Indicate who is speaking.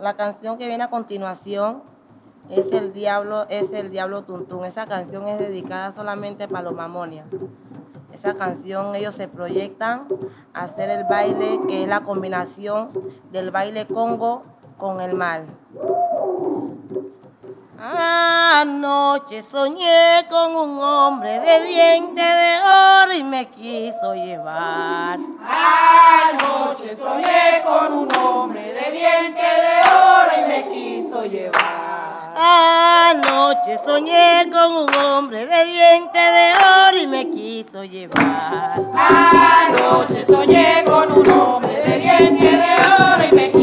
Speaker 1: La canción que viene a continuación es El Diablo, es El Diablo Tuntún. Esa canción es dedicada solamente para los mamonias. Esa canción ellos se proyectan a hacer el baile, que es la combinación del baile congo con el mal. Anoche soñé con un hombre de diente de oro y me quiso llevar.
Speaker 2: Anoche soñé con un hombre de diente de oro y me quiso llevar.
Speaker 1: Anoche soñé con un hombre de diente de oro y me quiso llevar.
Speaker 2: Anoche soñé con un hombre de diente de oro y me quiso